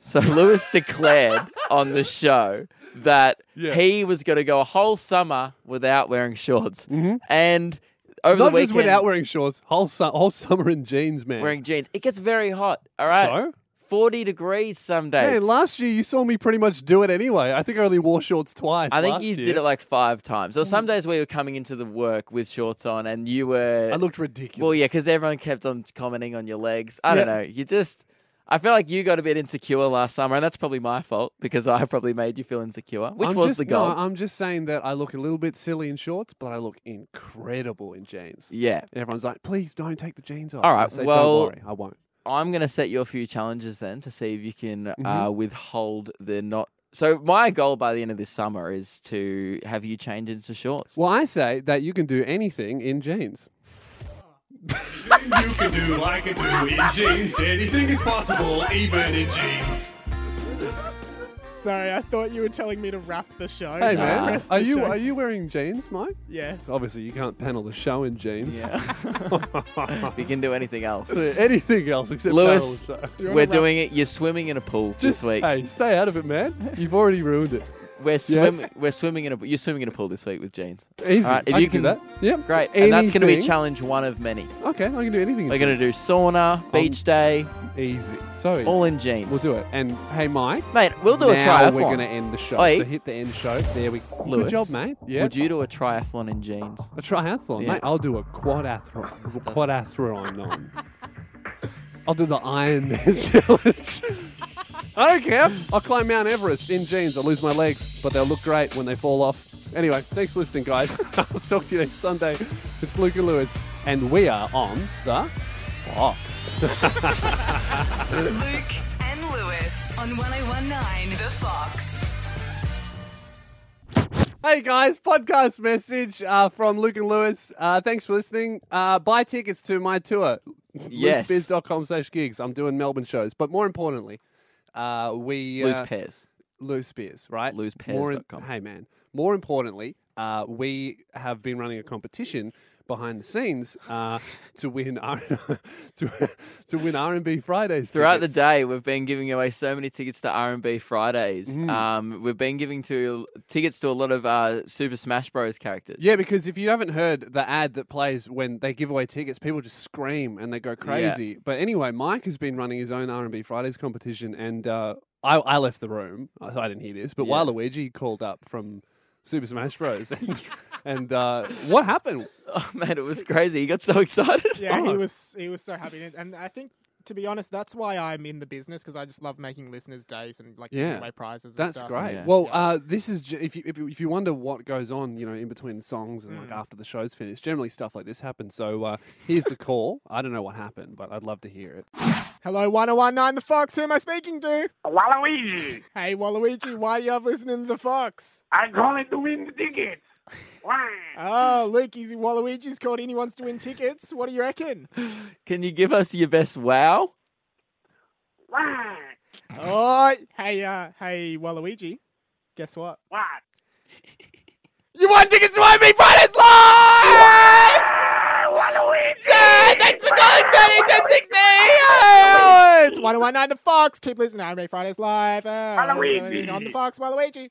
So <laughs> Lewis declared on the show that Yeah. he was going to go a whole summer without wearing shorts, and over Mm-hmm. Not the weekend just without wearing shorts, whole su- whole summer in jeans, man. wearing jeans. It gets very hot. All right. So? Forty degrees some days. Hey, last year you saw me pretty much do it anyway. I think I only wore shorts twice. I think last you year. Mm. did it like five times. There were some days where you were coming into the work with shorts on, and you were. I looked ridiculous. Well, yeah, because everyone kept on commenting on your legs. I don't Yeah. know. You just. I feel like you got a bit insecure last summer, and that's probably my fault because I probably made you feel insecure, which I'm was just, the goal. No, I'm just saying that I look a little bit silly in shorts, but I look incredible in jeans. Yeah. And everyone's like, please don't take the jeans off. All And I right, say, well- don't worry, I won't. I'm going to set you a few challenges then to see if you can uh, Mhm. withhold the not. So my goal by the end of this summer is to have you change into shorts. Well, I say that you can do anything in jeans. You can do like I do in jeans. Anything is possible, even in jeans. Sorry, I thought you were telling me to wrap the show. Hey so I man, pressed are the you Oh, show. are you wearing jeans, Mike? Yes. Obviously, you can't panel the show in jeans. Yeah. we can do anything else. <laughs> So anything else except Lewis, panel the show. we're doing it. You're swimming in a pool Just this week. hey, stay out of it, man. You've already ruined it. We're Yes. swimming. We're swimming in a. You're swimming in a pool this week with jeans. Easy. All right, if I you can do that. Yep. Great. And that's going to be Anything. challenge one of many. Okay, I can do anything. in We're going to do sauna, beach day, jeans. easy, so easy. all in jeans. We'll do it. And hey, Mike, Mate, we'll do a now we're triathlon. going to end the show. Oi. So hit the end show. There we go. Good Lewis, job, mate. Yeah. Would you do a triathlon in jeans? A triathlon, Yeah. mate. I'll do a quadathlon. Quadathlon. on. I'll do the Iron Man <laughs> challenge. I don't care. I'll climb Mount Everest in jeans. I'll lose my legs, but they'll look great when they fall off. Anyway, thanks for listening, guys. I'll talk to you next Sunday. It's Luke and Lewis, and we are on the Fox. Luke and Lewis on 1019 The Fox. Hey guys, podcast message uh, from Luke and Lewis. Uh, thanks for listening. Uh, buy tickets to my tour, Yes. loosebiz.com slash gigs. I'm doing Melbourne shows, but more importantly, uh, we. Lose uh, pairs. Loose Beers, right? More in- Loosepears.com. hey, man. More importantly, uh, we have been running a competition behind the scenes uh, to win R- <laughs> to, to win R&B Fridays Throughout the tickets. day, we've been giving away so many tickets to R and B Fridays. Mm. Um, we've been giving to tickets to a lot of uh, Super Smash Bros. characters. Yeah, because if you haven't heard the ad that plays when they give away tickets, people just scream and they go crazy. But anyway, Mike has been running his own R and B Fridays competition, and uh, I, I left the room. I, I didn't hear this, but Yeah. Waluigi called up from Super Smash <laughs> Bros. <laughs> and, and uh, what happened? Oh man, it was crazy. He got so excited. <laughs> Yeah, he Oh. was he was so happy, and- and I think to be honest, that's why I'm in the business because I just love making listeners' days and like giving Yeah, away prizes. And That's stuff. great. Yeah. Well, uh, this is ju- if you if, you- if you wonder what goes on, you know, in between songs and Mm. like after the show's finished. Generally, stuff like this happens. So uh, here's the call. I don't know what happened, but I'd love to hear it. Hello, 1019 The Fox. Who am I speaking to? Waluigi, Hey, Waluigi, why are you up listening to The Fox? I'm calling to win the tickets. Why? Oh, Luke, he's, Waluigi's called in. He wants to win tickets. What do you reckon? Can you give us your best wow? Why? Oh, hey, uh, hey, Waluigi. Guess what? What? You won tickets to IB Fridays Live! Waluigi! Yeah, thanks for calling 301060! Yeah! It's 1019 The Fox. Keep listening to IB Fridays Live. Uh, Waluigi. On The Fox, Waluigi.